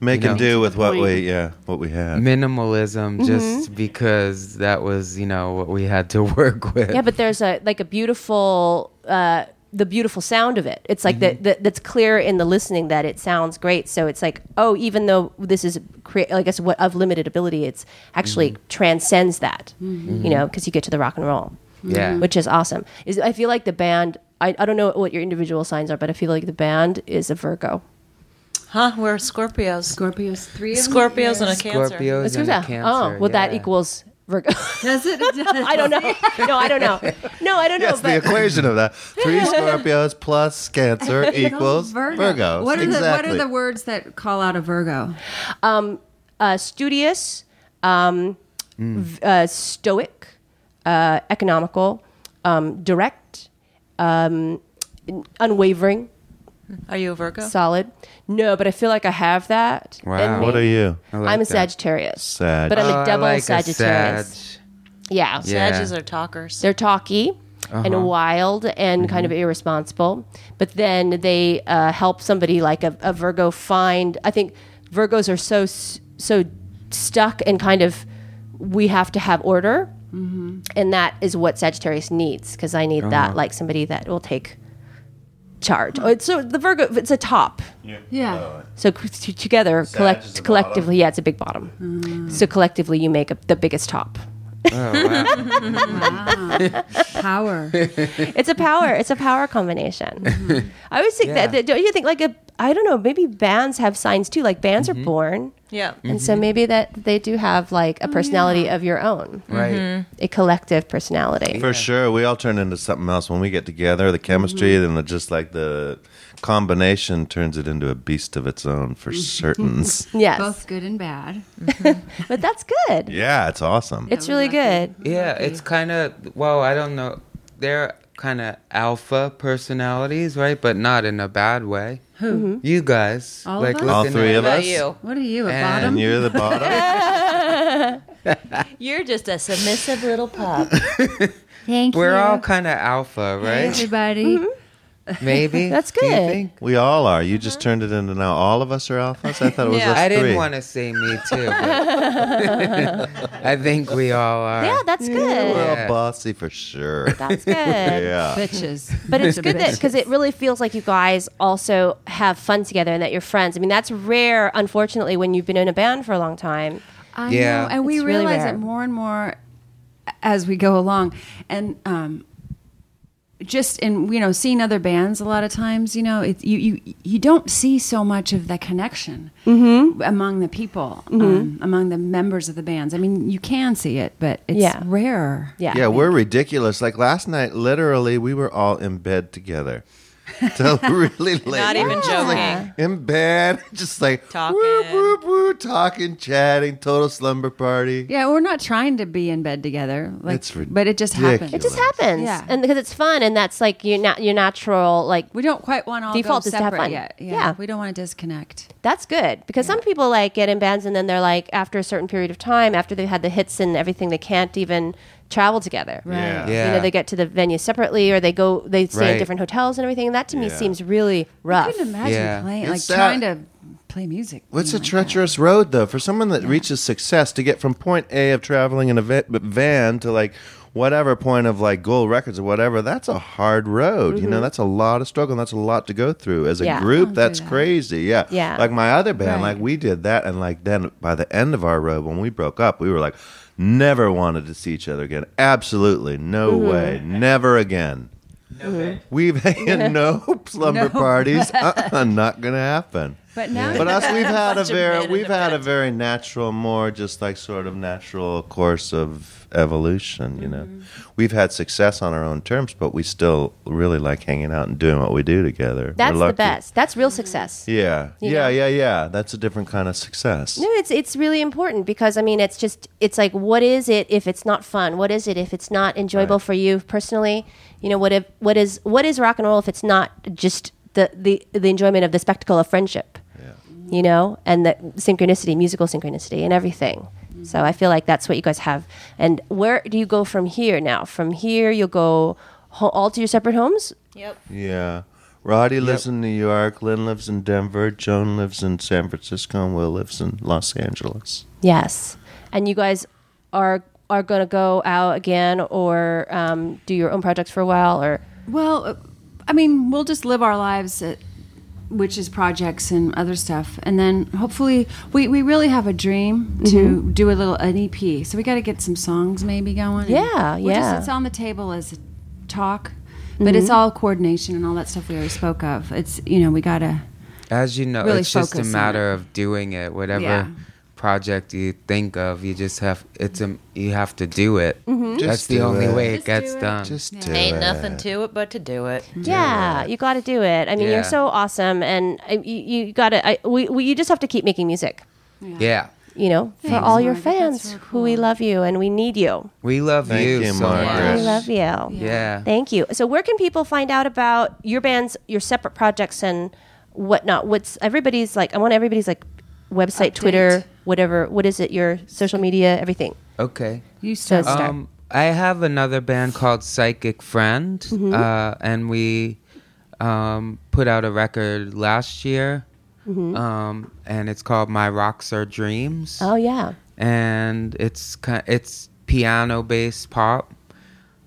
S2: Make
S3: You
S2: and
S3: know.
S2: do with what we yeah what we have.
S3: minimalism
S1: Mm-hmm.
S3: just because that was you know what we had to [laughs] work with
S1: Yeah, but there's a like a beautiful uh, the beautiful sound of it. It's like
S3: Mm-hmm.
S1: the, the, that's clear in the listening that it sounds great. So it's like oh, even though this is crea- I guess what of limited ability, it's actually
S3: Mm-hmm.
S1: transcends that. You know, because you get to the rock and roll.
S3: Yeah.
S1: which is awesome. Is I feel like the band. I, I don't know what your individual signs are, but I feel like the band is a Virgo.
S4: huh? We're Scorpios.
S5: Scorpios, three of them?
S4: Scorpios and a cancer.
S3: scorpios and a cancer
S1: oh, well, that
S3: yeah.
S1: equals Virgo. [laughs]
S5: Does it? [laughs]
S1: I
S3: [laughs]
S1: don't know. No, I don't know. No, I don't know.
S2: Yes, the
S1: but
S2: equation of
S5: [laughs]
S2: that: three Scorpios plus Cancer equals Virgo.
S5: What are
S2: exactly.
S5: the What are the words that call out a
S3: [laughs]
S5: Virgo?
S1: uh, studious, um, v- uh, stoic, uh, economical, um, direct, um, unwavering,
S4: Are you a Virgo?
S1: solid. No, but I feel like I have that. in
S3: Wow.
S1: me.
S2: What are you?
S3: like
S1: I'm a
S3: that.
S1: Sagittarius.
S2: Sag.
S1: But I'm
S3: Oh,
S1: a
S3: I
S1: double
S3: like a
S1: Sagittarius.
S3: Sag.
S1: Yeah.
S3: Yeah.
S4: Sages are talkers.
S1: They're talky
S2: Uh-huh.
S1: and wild and kind of
S2: Mm-hmm.
S1: irresponsible, but then they uh, help somebody like a, a Virgo find. I think Virgos are so s- so stuck and kind of we have to have order,
S2: Mm-hmm.
S1: and that is what Sagittarius needs
S2: Uh-huh.
S1: because I need that like somebody that will take charge. Oh, it's so the Virgo. It's a top.
S2: Yeah.
S5: Yeah.
S2: Oh,
S1: So c- t- together,
S2: Sag is the
S1: collect, collectively,
S2: bottom. Mm-hmm.
S1: yeah, it's a big bottom. So collectively, you make a, the biggest top.
S3: Oh, wow.
S1: [laughs]
S5: Power.
S1: It's a
S2: [laughs]
S1: power. it's a power combination. I always think that, that. Don't you think like a? I don't know. Maybe bands have signs too. Like bands
S2: Mm-hmm.
S1: are born,
S4: Yeah.
S1: and so maybe that they do have like a personality of your own, Mm-hmm.
S3: right.
S1: a collective personality.
S2: For sure, we all turn into something else when we get together. The chemistry
S5: Mm-hmm.
S2: and the, just like the combination turns it into a beast of its own
S5: [laughs]
S2: for certain. [laughs]
S1: yes,
S5: Both good and bad.
S1: but that's good.
S2: yeah, it's awesome.
S1: It's really good.
S3: Yeah, it's kind of well, I don't know. They're kind of alpha personalities, right? But not in a bad way. Who? You guys.
S5: All of us?
S2: all
S3: looking
S2: three
S3: at-
S2: of
S4: About
S2: us,
S4: you.
S5: What are you, a
S3: And
S5: bottom?
S2: and you're the
S4: [laughs]
S2: bottom.
S4: You're just a submissive little pup.
S1: [laughs]
S5: Thank
S3: We're
S5: you.
S3: all Mm-hmm. kind of alpha,
S5: Hey,
S3: right?
S5: everybody.
S3: Maybe.
S1: That's
S3: Do you
S1: good.
S3: think?
S2: we all are. You just turned it into now all of us are alphas. I thought it was
S4: Yeah.
S2: us
S3: I didn't
S2: three.
S3: want to say me too. but- [laughs] I think we all are.
S1: Yeah, that's
S2: We're
S1: good.
S2: all bossy for sure.
S1: That's good.
S2: [laughs] yeah.
S5: Bitches.
S1: But
S3: [laughs]
S1: it's good that
S5: Bitches.
S1: because it really feels like you guys also have fun together and that you're friends. I mean, that's rare, unfortunately, when you've been in a band for a long time.
S5: I
S3: Yeah.
S5: know, and we
S1: It's really
S5: realize
S1: rare.
S5: it more and more as we go along, and um, just in you know seeing other bands a lot of times, you know, it, you you you don't see so much of the connection
S1: Mm-hmm.
S5: among the people, um, among the members of the bands. I mean, you can see it, but it's
S1: Yeah.
S5: rare.
S1: Yeah.
S2: Yeah, we're ridiculous. Like last night, literally, we were all in
S4: [laughs]
S2: bed together. Till really late.
S4: Not
S2: We
S4: even
S2: were just, like,
S4: joking.
S2: in bed, [laughs] just like
S4: Talking.
S2: Whoop, whoop, whoop, talking, chatting, total slumber party.
S5: Yeah, we're not trying to be in bed together, like,
S2: It's ridiculous.
S5: but it just happens.
S1: It just happens,
S5: Yeah.
S1: and because it's fun, and that's like your na- your natural like
S5: we don't quite want to all
S1: Default
S5: go
S1: is to have
S5: separate
S1: fun.
S5: yet. Yeah,
S1: Yeah.
S5: we don't want to disconnect.
S1: that's good because some people like get in bands and then they're like after a certain period of time after they've had the hits and everything they can't even travel together.
S5: Right.
S2: Yeah.
S3: Yeah.
S1: You know, they get to the venue separately or they go they stay in
S3: Right.
S1: different hotels and everything. And that to me
S2: Yeah.
S1: seems really
S5: I
S1: rough.
S5: couldn't imagine
S3: Yeah.
S5: playing, like
S2: It's that-
S5: trying to play music.
S2: What's
S5: you
S2: a
S5: know, like that.
S2: treacherous road, though, for someone that reaches success to get from point A of traveling in a va- van to like whatever point of like Gold Records or whatever? That's a hard road. You know, that's a lot of struggle. And that's a lot to go through as a
S1: Yeah.
S2: group.
S5: do
S2: That's
S5: that.
S2: crazy. Yeah,
S1: Yeah.
S2: Like my other band,
S5: Right.
S2: like we did that, and like then by the end of our road, when we broke up, we were like, never wanted to see each other again. Absolutely, no way, never again.
S6: No bed.
S2: We've had no [laughs] slumber parties. Uh-uh, not gonna happen.
S5: But now,
S2: But us, we've had a
S4: Bunch of men
S2: very
S4: in
S2: we've
S4: the
S2: had a very natural, more just like sort of natural course of evolution. You know, we've had success on our own terms, but we still really like hanging out and doing what we do together.
S1: that's
S2: We're
S1: the
S2: lucky.
S1: best. That's real success.
S2: Yeah,
S1: You
S2: yeah,
S1: know?
S2: yeah, yeah. That's a different kind of success.
S1: No, it's it's really important because I mean it's just it's like what is it if it's not fun? What is it if it's not enjoyable
S2: Right.
S1: for you personally? You know what if what is what is rock and roll if it's not just the the, the enjoyment of the spectacle of friendship?
S2: Yeah.
S1: You know, and the synchronicity, musical synchronicity, and everything. So I feel like that's what you guys have. And where do you go from here now? From here, you'll go ho- all to your separate homes.
S4: Yep.
S2: Yeah. Roddy lives in New York. Lynn lives in Denver. Joan lives in San Francisco. And Will lives in Los Angeles.
S1: Yes, and you guys are are going to go out again or um, do your own projects for a while or
S5: well, uh, I mean, we'll just live our lives, at, which is projects and other stuff, and then hopefully, we, we really have a dream to
S1: Mm-hmm.
S5: do a little an EP. So we got to get some songs maybe going. and
S1: Yeah,
S5: we're
S1: yeah. Mm-hmm.
S5: Just, it's on the table as a talk, but it's all coordination and all that stuff we already spoke of. It's you know we gotta.
S3: As you know,
S5: Really
S3: it's just a
S5: focus on
S3: matter of doing it. Whatever
S5: Yeah.
S3: project you think of, you just have it's a you have to do it. That's
S2: Just
S3: the
S2: do
S3: only
S2: it.
S3: way it
S5: Just
S3: gets
S5: do it.
S3: done.
S2: Just do
S4: Ain't
S2: it.
S4: nothing to it but to do it.
S1: Yeah, you got to do it. I mean,
S3: Yeah.
S1: you're so awesome, and uh, you, you got to. We, we you just have to keep making music.
S3: yeah.
S1: You know, for
S5: Thanks,
S1: all your
S5: Margaret. That's
S1: fans
S5: really
S1: who we
S5: cool.
S1: love you and we need you.
S3: We love
S2: Thank
S3: you,
S2: you,
S3: so
S2: Margaret.
S3: much.
S1: We
S5: Yes.
S1: love you.
S3: Yeah.
S1: Thank you. So, where can people find out about your bands, your separate projects, and whatnot? What's everybody's like? I want everybody's like website,
S5: Update.
S1: Twitter, whatever. What is it? Your social media, everything.
S3: Okay.
S5: You
S1: So
S5: start.
S1: start.
S5: [laughs]
S3: Um, I have another band called Psychic Friend,
S1: Mm-hmm.
S3: uh, and we um, put out a record last year, um, and it's called My Rocks Are Dreams,
S1: Mm-hmm. Oh yeah.
S3: and it's ki- it's piano based pop,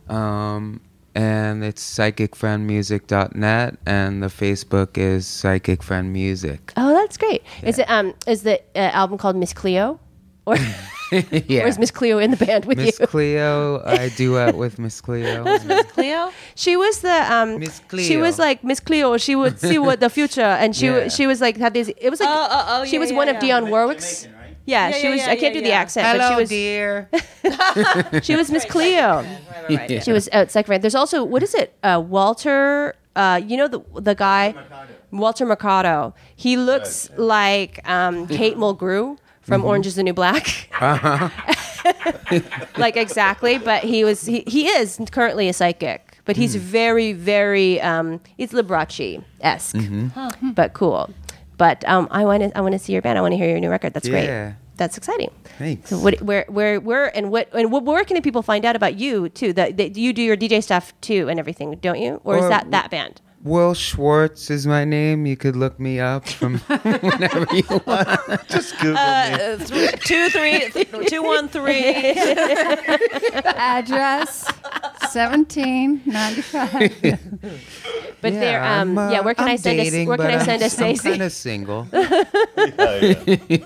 S3: um, and it's psychicfriendmusic.net, and the Facebook is Psychic Friend
S1: [laughs]
S3: Music.
S1: Oh, that's great. Is it um is the uh, album called Miss Cleo, or,
S3: yeah.
S1: or is Miss Cleo in the band with
S3: Miss
S1: you?
S3: Cleo, I duet with Miss Cleo.
S4: Cleo?
S1: [laughs] She was the um
S3: Miss
S1: She was
S3: Cleo.
S1: like Miss Cleo. She would see what the future,
S3: [laughs]
S1: and she
S3: Yeah.
S1: she was like had this. It was like
S4: Oh, oh, oh,
S1: she
S4: yeah,
S1: was
S4: yeah,
S1: one
S4: yeah.
S1: of Dionne Warwick's.
S6: Jamaican, right?
S1: Yeah,
S4: Yeah,
S1: she
S4: yeah,
S1: was.
S4: yeah,
S1: I can't
S4: yeah,
S1: do the
S4: yeah.
S1: accent, but she was.
S3: dear.
S1: She was
S4: [laughs]
S1: Miss Cleo. She was at second There's also what is it? Uh, Walter. Uh, you know the the guy, Walter Mercado. He looks like um, Kate Mulgrew from Orange Is the New Black. [laughs] like exactly, but he was he, he is currently a psychic, but he's very very um, he's Liberace esque, but cool. But um, I want to I want to see your band. I want to hear your new record. That's
S3: Yeah.
S1: great. That's exciting.
S3: Thanks.
S1: So what, where, where, where, and what, and what, where can people find out about you too? That, that you do your DJ stuff too and everything, don't you? Or is
S3: Or-
S1: that that band?
S3: Will Schwartz is my name. You could look me
S1: [laughs]
S3: up from whenever you want.
S2: Just Google me.
S4: Uh, th- two, three, th- two, one, three.
S7: Address 1795.
S1: [laughs] But they're, um, yeah. Where
S4: uh,
S1: can
S3: i
S1: i send a, where can I
S3: [laughs]
S1: send a Stacey?
S3: kind
S1: [laughs]
S3: of single.
S2: Oh, yeah.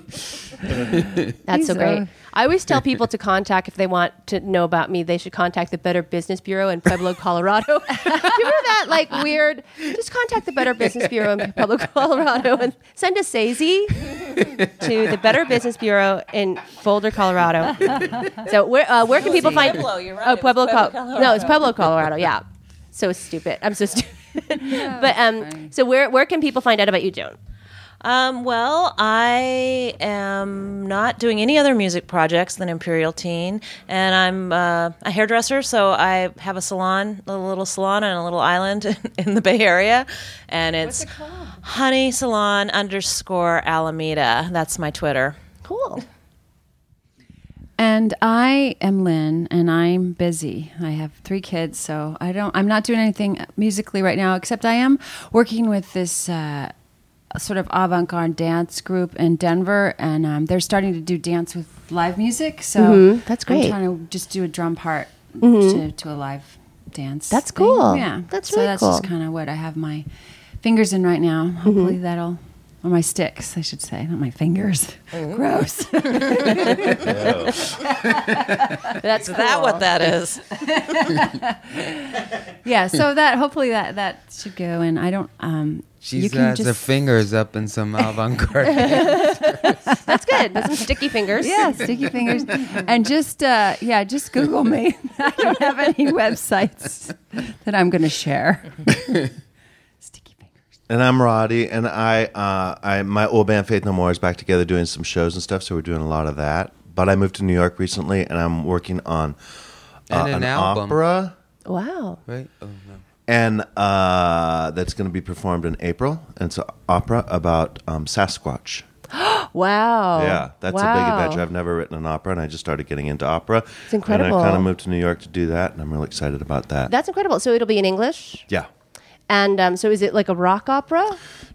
S1: That's
S7: He's
S1: so great.
S7: a-
S1: I always tell people to contact if they want to know about me. They should contact the Better Business Bureau in Pueblo, Colorado. [laughs] you remember that like weird? Just contact the Better Business Bureau in Pueblo, [laughs] Colorado, and send a Sazy to the Better Business Bureau in Boulder, Colorado. So where uh, where can people find
S4: Pueblo, you're right.
S1: Oh,
S4: It's
S1: Pueblo,
S4: Pueblo,
S1: Col- no, it's Pueblo, Colorado. Yeah, so stupid. I'm so stupid. but um, so where where can people find out about you, Joan?
S4: Um, well, I am not doing any other music projects than Imperial Teen, and I'm uh, a hairdresser, so I have a salon, a little salon on a little island [laughs] in, the Bay Area, and it's Honey Salon underscore Alameda. That's my Twitter.
S1: Cool.
S7: And I am Lynn, and I'm busy. I have three kids, so I don't. I'm not doing anything musically right now, except I am working with this uh, sort of avant-garde dance group in Denver, and um, they're starting to do dance with live music. So
S1: Mhm, that's great. Mm-hmm.
S7: I'm trying to just do a drum part to, to a live dance.
S1: That's
S7: thing.
S1: cool.
S7: Yeah,
S1: That's
S7: so
S1: really
S7: that's just
S1: cool. Mm-hmm.
S7: kind of what I have my fingers in right now. Hopefully that'll. Or my sticks, I should say, not my fingers. Gross.
S1: That's
S4: Is that what that is?
S7: yeah so that hopefully that that should go and i don't um
S3: She
S7: you
S3: has
S7: can
S3: her
S7: just
S3: fingers up
S1: [laughs]
S3: in some avant-garde.
S1: That's good. That's some sticky
S5: [laughs]
S1: fingers.
S7: yeah sticky fingers and just uh yeah just google
S5: [laughs]
S7: me i don't have any websites that i'm gonna share sticky fingers
S2: And I'm Roddy, and I, uh, I, my old band Faith No More is back together doing some shows and stuff. So we're doing a lot of that. But I moved to New York recently, and I'm working on uh,
S3: And an album.
S2: opera,
S1: Wow.
S3: right? Oh no.
S2: and uh, that's going to be performed in April. And it's an opera about um, Sasquatch.
S1: Wow.
S2: yeah, that's a big
S1: Oh, Wow.
S2: adventure. I've never written an opera, and I just started getting into opera. It's And
S1: incredible.
S2: I kind of moved to New York to do that, and I'm really excited about that.
S1: That's incredible. So it'll be in English,
S2: yeah.
S1: and um, so is it like a rock opera?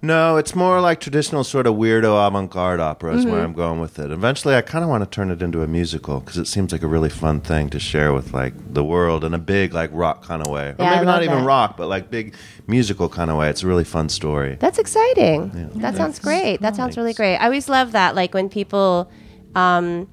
S2: No, it's more like traditional sort of weirdo avant-garde opera is where
S1: Mm-hmm.
S2: I'm going with it. Eventually, I kind of want to turn it into a musical because it seems like a really fun thing to share with like the world in a big like rock kind of way, or
S1: Yeah, I
S2: maybe
S1: love
S2: not even
S1: that.
S2: rock, but like big musical kind of way. It's a really fun story.
S1: That's exciting. that sounds great. That sounds really great. I always love that. Like when people um,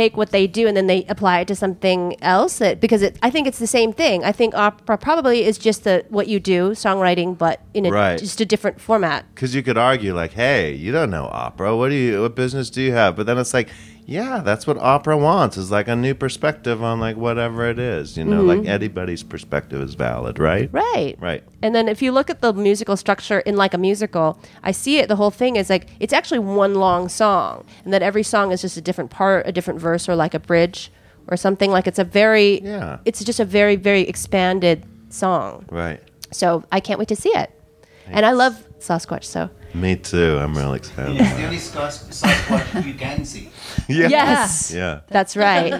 S1: take what they do and then they apply it to something else. That, because it, I think it's the same thing. I think opera probably is just the what you do, songwriting, but in a,
S2: Right.
S1: just a different format.
S2: Because you could argue like, "Hey, you don't know opera. What do you? What business do you have?" But then it's like, yeah, that's what opera wants is like a new perspective on like whatever it is. You know, like anybody's perspective is valid, right?
S1: Mm-hmm. Right.
S2: Right.
S1: And then if you look at the musical structure in like a musical, I see it. The whole thing is like it's actually one long song, and then every song is just a different part, a different verse, or like a bridge, or something. Like it's a very,
S2: Yeah.
S1: it's just a very, very expanded song.
S2: Right.
S1: So I can't wait to see it. And I love Sasquatch. So
S2: Me too. I'm really excited.
S6: It's the only Sas- Sasquatch you can see.
S1: yes,
S2: Yeah.
S1: that's
S2: [laughs]
S1: right.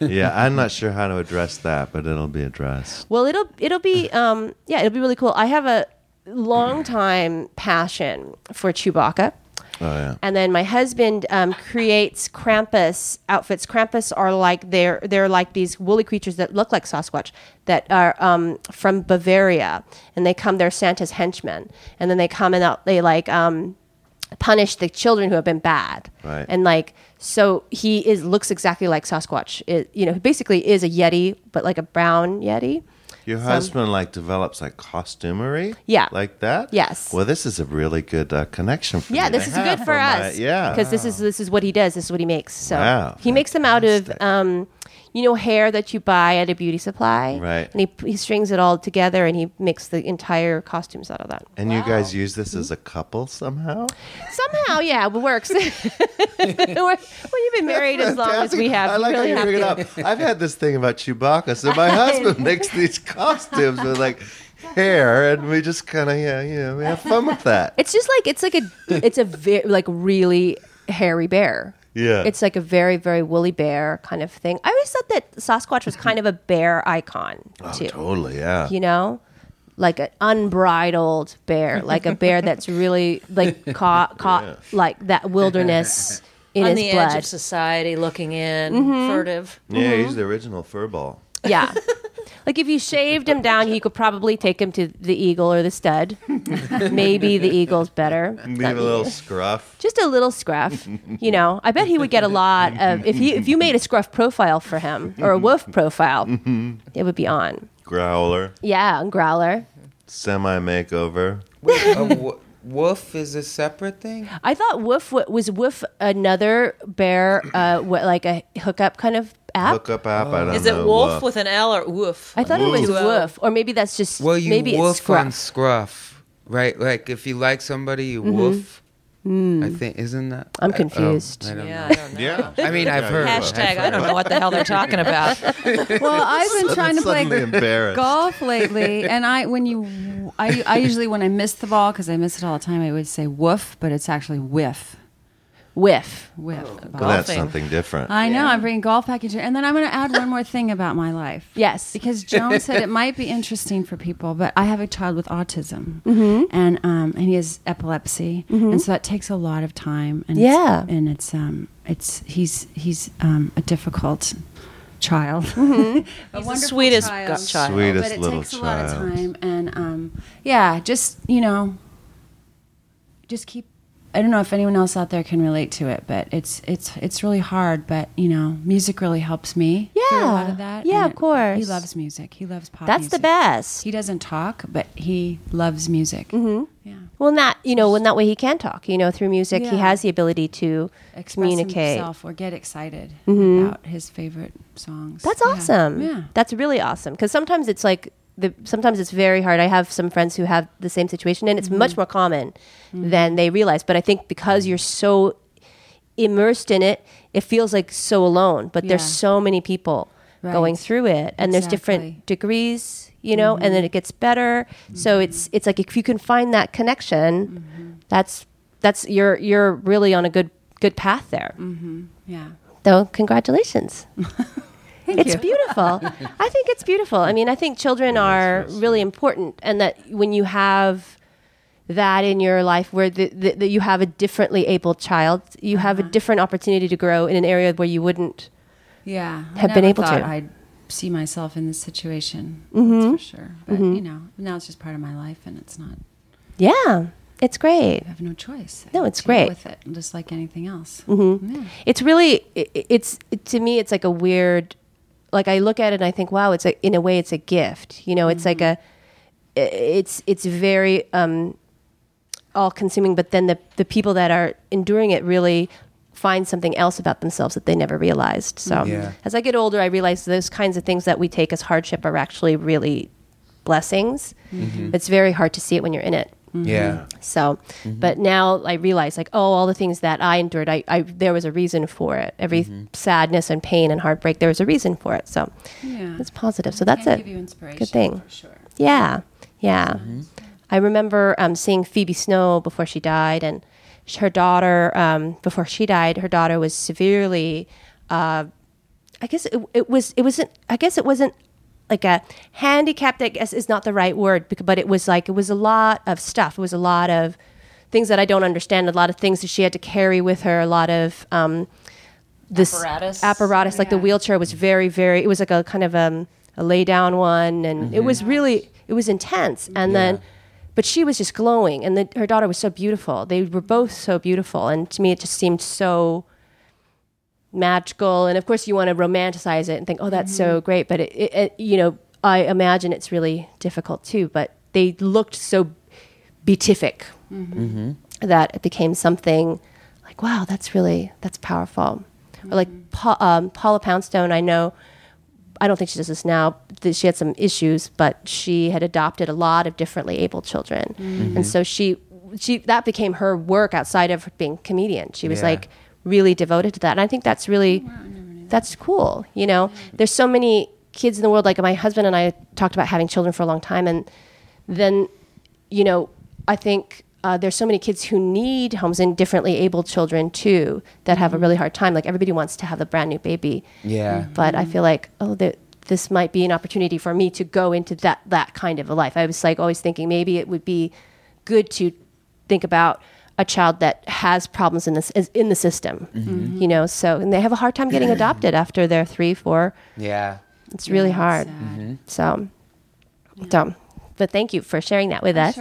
S2: Yeah, I'm not sure how to address that, but it'll be addressed.
S1: Well, it'll it'll be um, yeah, it'll be really cool. I have a long time passion for Chewbacca.
S2: Oh, yeah.
S1: And then my husband um, creates Krampus outfits. Krampus are like they're they're like these woolly creatures that look like Sasquatch that are um, from Bavaria, and they come. They're Santa's henchmen, and then they come and out. They like um, punish the children who have been bad,
S2: Right.
S1: and like so he is looks exactly like Sasquatch. It, you know, he basically is a yeti, but like a brown yeti.
S2: Your husband like develops like costumery,
S1: Yeah.
S2: like that.
S1: Yes.
S2: Well, this is a really good uh, connection. For
S1: Yeah,
S2: me to
S1: this is
S2: have
S1: good for
S2: my-
S1: us.
S2: yeah,
S1: because this is this is what he does. This is what he makes. So
S2: Wow,
S1: he makes them out of
S2: fantastic.
S1: um, you know, hair that you buy at a beauty supply,
S2: Right.
S1: And he he strings it all together and he makes the entire costumes out of that.
S2: and you guys use this as a
S1: [laughs]
S2: couple somehow.
S1: Somehow, yeah, it works. [laughs] when you've been married as long as we
S2: Fantastic.
S1: have,
S2: I like
S1: you really
S2: how you
S1: have
S2: bring it
S1: to.
S2: up. I've had this thing about Chewbacca.
S1: [laughs]
S2: So my husband makes these costumes with like hair, and we just kind of yeah, you know, we have fun with that.
S1: It's just like it's like a it's a very like really hairy bear.
S2: Yeah.
S1: It's like a very very woolly bear kind of thing. I always thought that Sasquatch was kind of a bear icon
S2: Oh,
S1: too.
S2: Totally, yeah.
S1: you know like an unbridled bear like a bear that's really like caught caught like that wilderness in
S4: on
S1: his
S4: the
S1: blood Mm-hmm.
S4: edge of society, looking in, furtive.
S2: yeah, he's the original furball.
S1: yeah like if you shaved him down you could probably take him to the eagle or the stud maybe the eagle's better
S2: Leave a little scruff.
S1: just a little scruff you know i bet he would get a lot of if he if you made a scruff profile for him or a wolf profile it would be on
S2: Growler,
S1: yeah and growler
S2: semi makeover.
S3: Wait, a wo- wolf is a separate thing?
S1: I thought Woof wa- was Woof another bear, uh, what, like a hookup kind of app.
S2: Hookup app. I don't
S4: Is
S2: know.
S4: it wolf
S2: uh,
S4: with an L or woof?
S1: I thought it was
S4: Woof.
S1: Woof, or maybe that's just
S3: Well, you
S1: maybe
S3: wolf
S1: it's scruff. Mm-hmm.
S3: on scruff, right? Like if you like somebody, you wolf. I think isn't that?
S1: Mm. I'm
S3: I- oh,
S1: confused.
S3: I don't
S4: yeah,
S3: know.
S4: I don't know.
S2: Yeah.
S3: I
S4: [laughs]
S3: mean, I've
S2: Yeah,
S3: heard.
S2: yeah.
S3: I've
S4: Hashtag, I
S3: heard.
S4: don't know [laughs] what the hell they're talking about.
S5: Well,
S2: [laughs]
S5: I've been trying to play
S2: Suddenly embarrassed.
S5: [laughs] golf lately, and I when you, I, I usually when I miss the ball because I miss it all the time, I would say woof, but it's actually whiff,
S1: Whiff.
S5: whiff. ball.
S2: Well, that's
S4: golfing.
S2: something different.
S5: I know. I'm bringing golf back into, and then I'm going to add one more thing about
S4: [laughs]
S5: my life.
S1: Yes.
S5: because Joan said it might be interesting for people, but I have a child with autism, mm-hmm. and um, and he has epilepsy,
S4: Mm-hmm.
S5: and so that takes a lot of time. And it's-
S1: Yeah.
S5: and it's um, it's he's he's um, a difficult child.
S4: Mm-hmm.
S5: [laughs]
S4: He's the sweetest
S5: child.
S4: child.
S2: Sweetest
S5: but it
S2: little
S5: takes a lot of
S2: child.
S5: time and um, yeah just you know just keep i don't know if anyone else out there can relate to it but it's it's it's really hard but you know music really helps me through a lot
S1: Yeah.
S5: of that
S1: Yeah,
S5: and
S1: of course.
S5: he loves music he loves pop
S1: That's the
S5: music.
S1: best.
S5: he doesn't talk but he loves music mm-hmm. yeah
S1: well, not you know, when that way he can talk. You know, through music, he
S5: Yeah.
S1: has the ability to
S5: express
S1: communicate. Mm-hmm.
S5: himself or get excited about his favorite songs
S1: That's
S5: Yeah.
S1: awesome.
S5: yeah.
S1: That's really awesome. Because sometimes it's like, the, sometimes it's very hard. I have some friends who have the same situation, and it's much
S5: Mm-hmm.
S1: more common than they realize. But I think because you're
S5: Mm-hmm.
S1: so immersed in it, it feels like so alone. But there's
S5: Yeah.
S1: so many people
S5: Right.
S1: going through it, and there's
S5: Exactly. Mm-hmm.
S1: different degrees, you know, and then it gets better. So it's it's like if you can find that connection,
S5: Mm-hmm.
S1: that's that's you're you're really on a good good path there.
S5: yeah
S1: So congratulations it's
S5: you.
S1: beautiful. I think it's beautiful. I mean, I think children are really important, and that when you have that in your life where the, the, that you have a differently able child, you have a different opportunity to grow in an area where you wouldn't.
S5: yeah I
S1: have been able
S5: never
S1: to.
S5: thought I'd see myself in this situation
S1: Mm-hmm.
S5: that's for sure but you know now it's just part of my life and it's not
S1: Yeah, it's great.
S5: I have no choice I
S1: No,
S5: have
S1: it's
S5: to deal
S1: great.
S5: with it just like anything else mm-hmm. yeah.
S1: Mm. It's really, i- i- it's to me, it's like a weird. Like I look at it and I think, wow, it's a, in a way, it's a gift. You know, it's like a, i- it's it's very um, all consuming, but then the, the people that are enduring it really find something else about themselves that they never realized. So
S3: Yeah.
S1: as I get older, I realize those kinds of things that we take as hardship are actually really blessings. It's very hard to see it when you're in it.
S3: Yeah.
S1: So, but now I realize, like, oh, all the things that I endured, I, I there was a reason for it. Every sadness and pain and heartbreak, there was a reason for it. So,
S5: Yeah.
S1: it's positive. So that's it.
S5: give you inspiration
S1: Good thing.
S5: for sure
S1: Yeah, yeah. I remember um, seeing Phoebe Snow before she died, and sh- her daughter, um, before she died, her daughter was severely. Uh, I guess it, it was. It wasn't. I guess it wasn't like a handicapped. I guess is not the right word, bec- but it was like it was a lot of stuff. It was a lot of things that I don't understand. A lot of things that she had to carry with her. A lot of um, this
S4: Apparatus.
S1: apparatus, like the wheelchair, was very, very. It was like a kind of um, a lay down one, and it was really it was intense. And then, but she was just glowing, and the, her daughter was so beautiful. They were both so beautiful, and to me, it just seemed so magical and of course you want to romanticize it and think oh that's so great but it, it, it you know i imagine it's really difficult too but they looked so beatific that it became something like wow that's really that's powerful or like pa- um, paula poundstone i know i don't think she does this now that she had some issues but she had adopted a lot of differently abled children and so she she that became her work outside of being a comedian she was
S3: Yeah.
S1: like really devoted to that and i think that's really that's cool you know there's so many kids in the world like my husband and i talked about having children for a long time and then you know, I think uh, there's so many kids who need homes and differently abled children too that have a really hard time. Like everybody wants to have a brand new baby,
S3: Yeah.
S1: but I feel like oh, that this might be an opportunity for me to go into that that kind of a life. I was like always thinking maybe it would be good to think about a child that has problems in this is in the system,
S3: Mm-hmm.
S1: you know. So and they have a hard time
S3: [laughs]
S1: getting adopted after they're three, four.
S3: Yeah.
S1: It's really hard.
S3: Mm-hmm.
S1: So, dumb. But thank you for sharing that with us.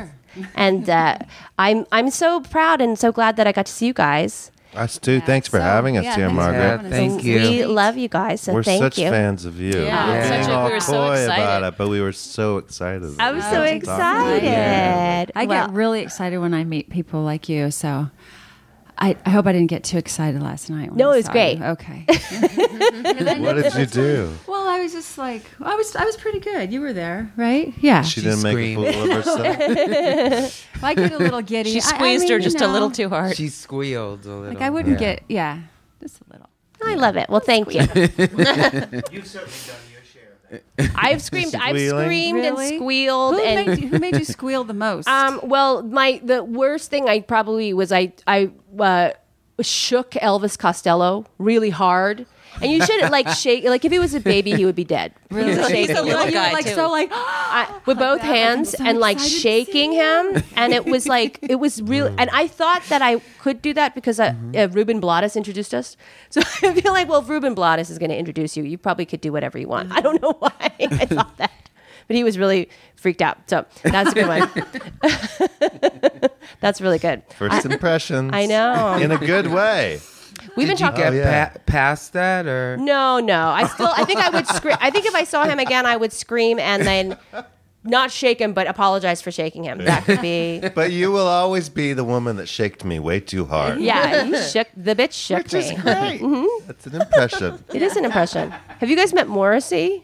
S1: and uh, I'm I'm so proud and so glad that I got to see you guys.
S2: Us too. Thanks for
S7: So,
S2: having us
S7: yeah,
S2: here,
S7: thanks for
S2: Margaret.
S3: having us. Thank you.
S1: We love you guys. So
S2: We're
S1: thank
S2: such
S1: you.
S2: fans of you.
S4: Yeah,
S2: we
S4: it's
S2: were
S4: such
S2: all
S4: a- we were so
S2: coy about
S4: excited.
S2: it, but we were so excited.
S1: I was so
S2: Wow.
S1: excited.
S7: I
S1: Well,
S7: get really excited when I meet people like you. So I, I hope I didn't get too excited last night. when
S1: No,
S7: I
S1: it was
S7: saw
S1: great.
S7: you.
S1: [laughs]
S7: Okay.
S2: What did you do?
S4: [laughs]
S7: well, I was just like, I was, I was pretty good. You were there, right? Yeah.
S2: She, didn't
S3: screamed.
S2: make a
S4: [laughs]
S2: fool of herself.
S7: I get a
S2: [laughs]
S7: little giddy.
S4: She
S7: I- I
S4: squeezed
S7: mean,
S4: her
S7: you
S4: just a
S7: know,
S4: little too hard.
S3: She squealed a little.
S7: Like I wouldn't
S2: Yeah.
S7: get, yeah, just a little.
S1: I love it. Well, thank you.
S6: You've certainly done your share of that.
S1: I've screamed. I've
S2: Squealing?
S1: screamed and
S7: Really?
S1: squealed
S7: Who,
S1: and
S7: made you, who made you squeal the most?
S1: [laughs] Um, well, my the worst thing I probably was I I uh, shook Elvis Costello really hard, and you should like shake like if he was a baby he would be dead.
S7: really?
S1: He's a
S4: He's a
S1: shaking.
S4: little
S7: you
S4: guy,
S7: were like
S4: too.
S7: so like [gasps]
S1: I, with both
S7: that, like,
S1: hands
S7: so
S1: and like
S7: excited to
S1: shaking
S7: see you.
S1: him, and it
S7: [laughs]
S1: was like it was really. And I thought that I could do that because uh,
S3: Mm-hmm.
S1: uh, Ruben Blades introduced us. [laughs] So I feel like, well, if Ruben Blades is going to introduce you, you probably could do whatever you want. I don't know why [laughs] I
S3: [laughs]
S1: thought that, but he was really freaked out. So that's a good one. [laughs] that's really good.
S2: First impressions.
S1: I know.
S2: In a good way.
S1: We've been
S3: Did you
S1: talking.
S3: get
S2: yeah.
S3: pa- past that or
S1: [laughs] No, no. I still. I think I would scream. I think if I saw him again, I would scream and then. Not shake him, but apologize for shaking him. That could be
S2: But you will always be the woman that shaked me way too hard.
S1: Yeah, [laughs] you shook the bitch shook
S2: Which
S1: me.
S2: is great. That's an impression.
S1: It is an impression. Have you guys met Morrissey?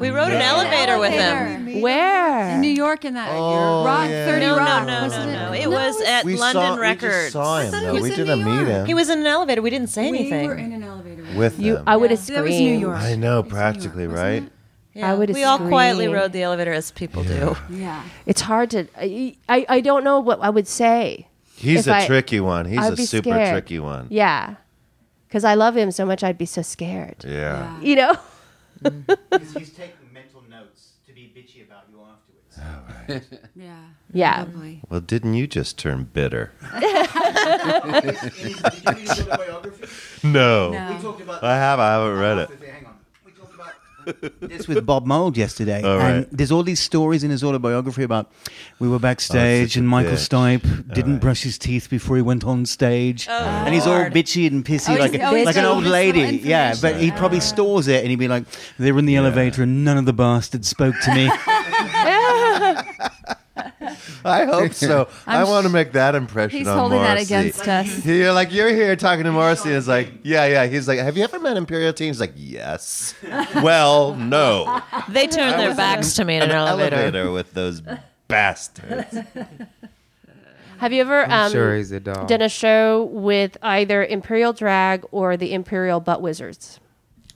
S4: we rode an elevator with him.
S7: Elevator.
S1: Where?
S7: in New York in that
S2: Oh,
S7: rock
S2: yeah.
S7: thirty
S4: No, no,
S7: rock.
S4: no, no,
S7: wasn't
S4: no.
S7: It,
S4: It was
S1: uh,
S4: at
S2: we saw,
S4: London
S2: We just
S4: Records.
S2: saw him,
S7: thought it
S2: though.
S7: was
S2: We
S7: in
S2: didn't
S7: New
S2: meet
S7: York.
S2: him.
S4: He was in an elevator. We didn't say anything.
S7: We were in an elevator.
S2: with
S1: You,
S2: them.
S1: I would have
S7: That was New
S1: screamed.
S7: York.
S2: I know,
S7: It was New York,
S2: practically,
S7: wasn't
S2: right?
S7: it?
S1: I would have
S4: we all quietly
S1: screamed.
S4: rode the elevator as people do.
S7: Yeah.
S1: It's hard to. I, I I don't know what I would say. If
S2: He's a
S1: I-
S2: tricky one. He's
S1: I'd
S2: a
S1: be
S2: super
S1: scared.
S2: tricky one.
S1: Yeah, because I love him so much, I'd be so scared.
S2: Yeah.
S1: You know.
S6: He's, he's taking mental notes to be bitchy about you afterwards.
S7: Yeah.
S1: Yeah.
S7: Lovely.
S2: Well, didn't you just turn bitter? [laughs]
S6: Is- is- Did you read his autobiography?
S2: No.
S6: We talked about
S2: I have. I haven't read it.
S6: Hang on. We talked about [laughs] this with Bob Mould yesterday.
S2: All
S6: And
S2: Oh, right.
S6: there's all these stories in his autobiography about we were backstage
S2: Oh, such a
S6: and Michael
S2: bitch. Oh,
S6: Stipe didn't
S2: right.
S6: brush his teeth before he went on stage. and he's all
S4: Lord.
S6: bitchy and pissy
S7: Oh,
S6: like,
S7: he's
S6: a,
S7: always
S6: like an
S7: got all
S6: old
S7: this
S6: lady.
S7: little
S6: Yeah, but he
S7: information. Oh.
S6: probably stores it and he'd be like, they were in the elevator and none of the bastards spoke to
S2: [laughs]
S6: me.
S2: I hope [laughs] so. I
S7: I'm
S2: want to make that impression.
S7: He's
S2: on
S7: holding that
S2: Morrissey.
S7: against us.
S2: You're like you're here talking to Morrissey. And it's like, yeah, yeah. He's like, have you ever met Imperial Teen? He's like,
S7: [laughs]
S2: yes. well, no.
S4: They turned their backs to me in an, elevator.
S2: Elevator with those bastards.
S1: Have you ever
S3: I'm
S1: um,
S3: sure he's a dog.
S1: done a show with either Imperial Drag or the Imperial Butt Wizards?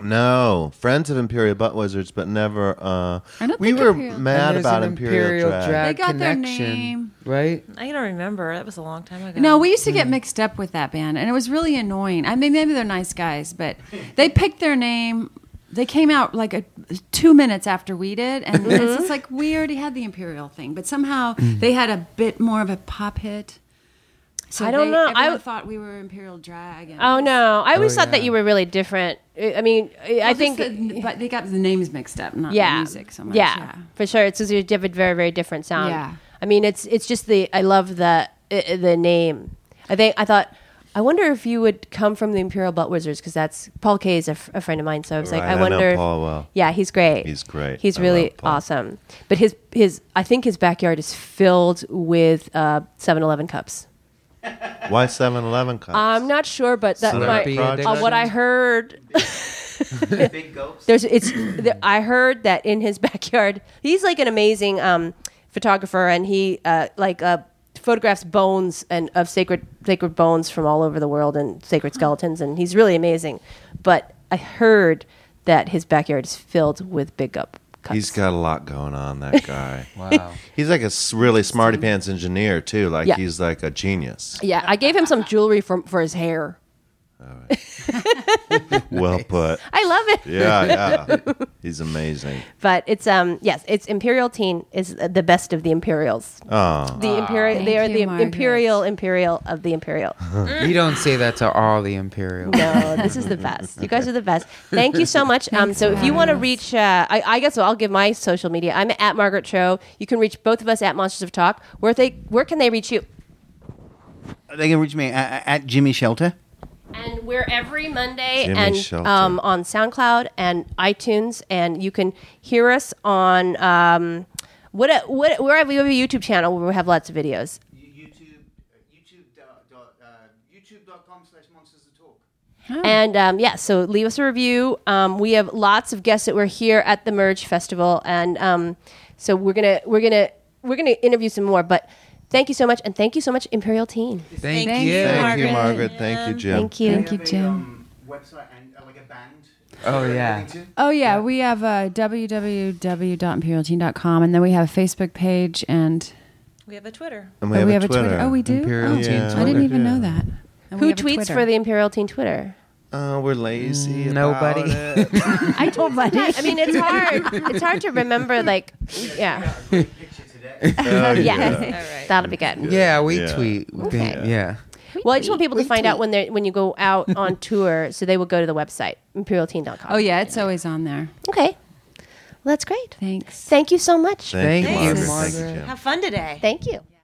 S2: No, friends of Imperial Butt Wizards, but never. Uh,
S7: I don't
S2: we
S7: think
S2: were
S7: Imperial-
S2: mad
S3: And there's
S2: about
S3: an
S2: Imperial, Drag.
S7: They got their
S3: connection,
S7: name.
S3: right?
S4: I don't remember. That was a long time ago.
S7: No, we used to
S1: Mm.
S7: get mixed up with that band, and it was really annoying. I mean, maybe they're nice guys, but they picked their name. They came out like a, two minutes after we did, and
S1: Mm-hmm.
S7: it's just
S2: Mm.
S7: like we already had the Imperial thing, but somehow they had a bit more of a pop hit. So
S1: I don't
S7: they-
S1: know. I
S7: Everyone
S1: w-
S7: thought we were Imperial Drag. And
S1: Oh no! I always
S3: Oh,
S1: thought that
S3: yeah.
S1: you were really different. I I mean, I- I
S7: Well, just
S1: think
S7: the- but they got the names mixed up, not the
S1: yeah,
S7: music so much.
S1: Yeah,
S7: yeah.
S1: for sure. It's just you have a very very different sound.
S7: Yeah.
S1: I mean, it's it's just the I love the uh, the name. I think I thought. I wonder if you would come from the Imperial Butt Wizards because that's Paul Kay is a, f- a friend of mine. So I was
S2: Right,
S1: like, I
S2: I
S1: wonder.
S2: know
S1: if-
S2: Paul well.
S1: Yeah, he's great.
S2: He's great.
S1: He's
S2: I
S1: really
S2: love Paul.
S1: awesome. But his his I think his backyard is filled with uh, 7-Eleven cups.
S2: Why 7 Eleven cups?
S1: I'm not sure, but that
S2: Slurpee
S1: might
S2: addiction?
S1: uh, what I heard [laughs]
S6: Big gulps.
S1: There's it's. the, I heard that in his [laughs] backyard, he's like an amazing um, photographer, and he uh, like uh, photographs bones and of sacred sacred bones from all over the world and sacred skeletons, and he's really amazing. But I heard that his backyard is filled with big up. Cups.
S2: He's got a lot going
S7: [laughs]
S2: on, that guy.
S3: Wow.
S2: He's like a s- really smarty pants engineer, too. Like,
S1: Yeah.
S2: he's like
S7: [laughs]
S2: a genius.
S1: yeah. I gave him some jewelry for for his hair.
S2: Well put.
S7: [laughs]
S1: I love it,
S2: Yeah, yeah. He's amazing.
S1: but it's um yes, it's Imperial Teen is the best of the Imperials.
S2: Oh,
S1: The Imperial, they
S7: Thank
S1: are
S7: you,
S1: the
S7: Margaret.
S1: Imperial Imperial of the Imperial.
S3: [laughs] you don't say that to all the Imperials.
S1: No, this is the best. You guys are the best. Thank you so much. Um, so if you want to reach, uh, I, I guess I'll give my social media. I'm at Margaret Cho. You can reach both of us at Monsters of Talk. Where they, where can they reach you?
S6: They can reach me at, at Jimmy Shelter.
S1: And we're every Monday
S2: Jimmy
S1: and
S2: Shelter.
S1: um, on SoundCloud and iTunes, and you can hear us on um, what what where we have a YouTube channel where we have lots of videos.
S6: YouTube, uh, YouTube dot, dot, uh, YouTube.com slash Monsters of Talk.
S1: And um, yeah, so leave us a review. Um, we have lots of guests that were here at the Merge Festival, and um, so we're gonna we're gonna we're gonna interview some more. But thank you so much, and thank you so much, Imperial Teen.
S3: Thank,
S7: Thank
S3: you.
S7: you,
S2: thank you,
S7: Margaret.
S2: Margaret. Thank you, Jim.
S1: Thank you.
S7: Thank you,
S6: Have a,
S7: Jim.
S6: um, website and uh, like a band.
S3: Oh, yeah.
S7: Oh yeah, we have uh, www.imperialteen.com, and then we have a Facebook page, and
S4: We have a Twitter.
S2: And
S7: oh, we have a Twitter. Oh, we do.
S3: Imperial
S7: oh,
S3: Teen Yeah,
S7: I didn't
S2: we
S7: even
S2: do.
S7: know that. And we
S1: Who
S7: have a
S1: tweets
S7: Twitter.
S1: for the Imperial Teen Twitter?
S2: Oh, we're lazy.
S3: Nobody.
S2: about it.
S7: I told
S1: [laughs]
S7: buddy.
S1: I mean, it's [laughs] hard. it's hard to remember. Like, yeah,
S6: Picture
S3: [laughs]
S6: today.
S2: Oh,
S1: yeah,
S4: All right.
S1: that'll be good.
S3: Yeah, we
S2: Yeah.
S3: tweet. Thank- yeah.
S1: Well, I just want people to find out when they are when you go [laughs] out on tour, so they will go to the website imperialteen.com.
S7: oh yeah, it's always on there.
S1: okay. Well, that's great.
S7: Thanks.
S1: Thank you so much.
S2: Thank
S3: Thank
S2: you,
S3: you,
S2: Margaret.
S3: Margaret.
S2: Thank you, Jim.
S4: Have fun today.
S1: Thank you.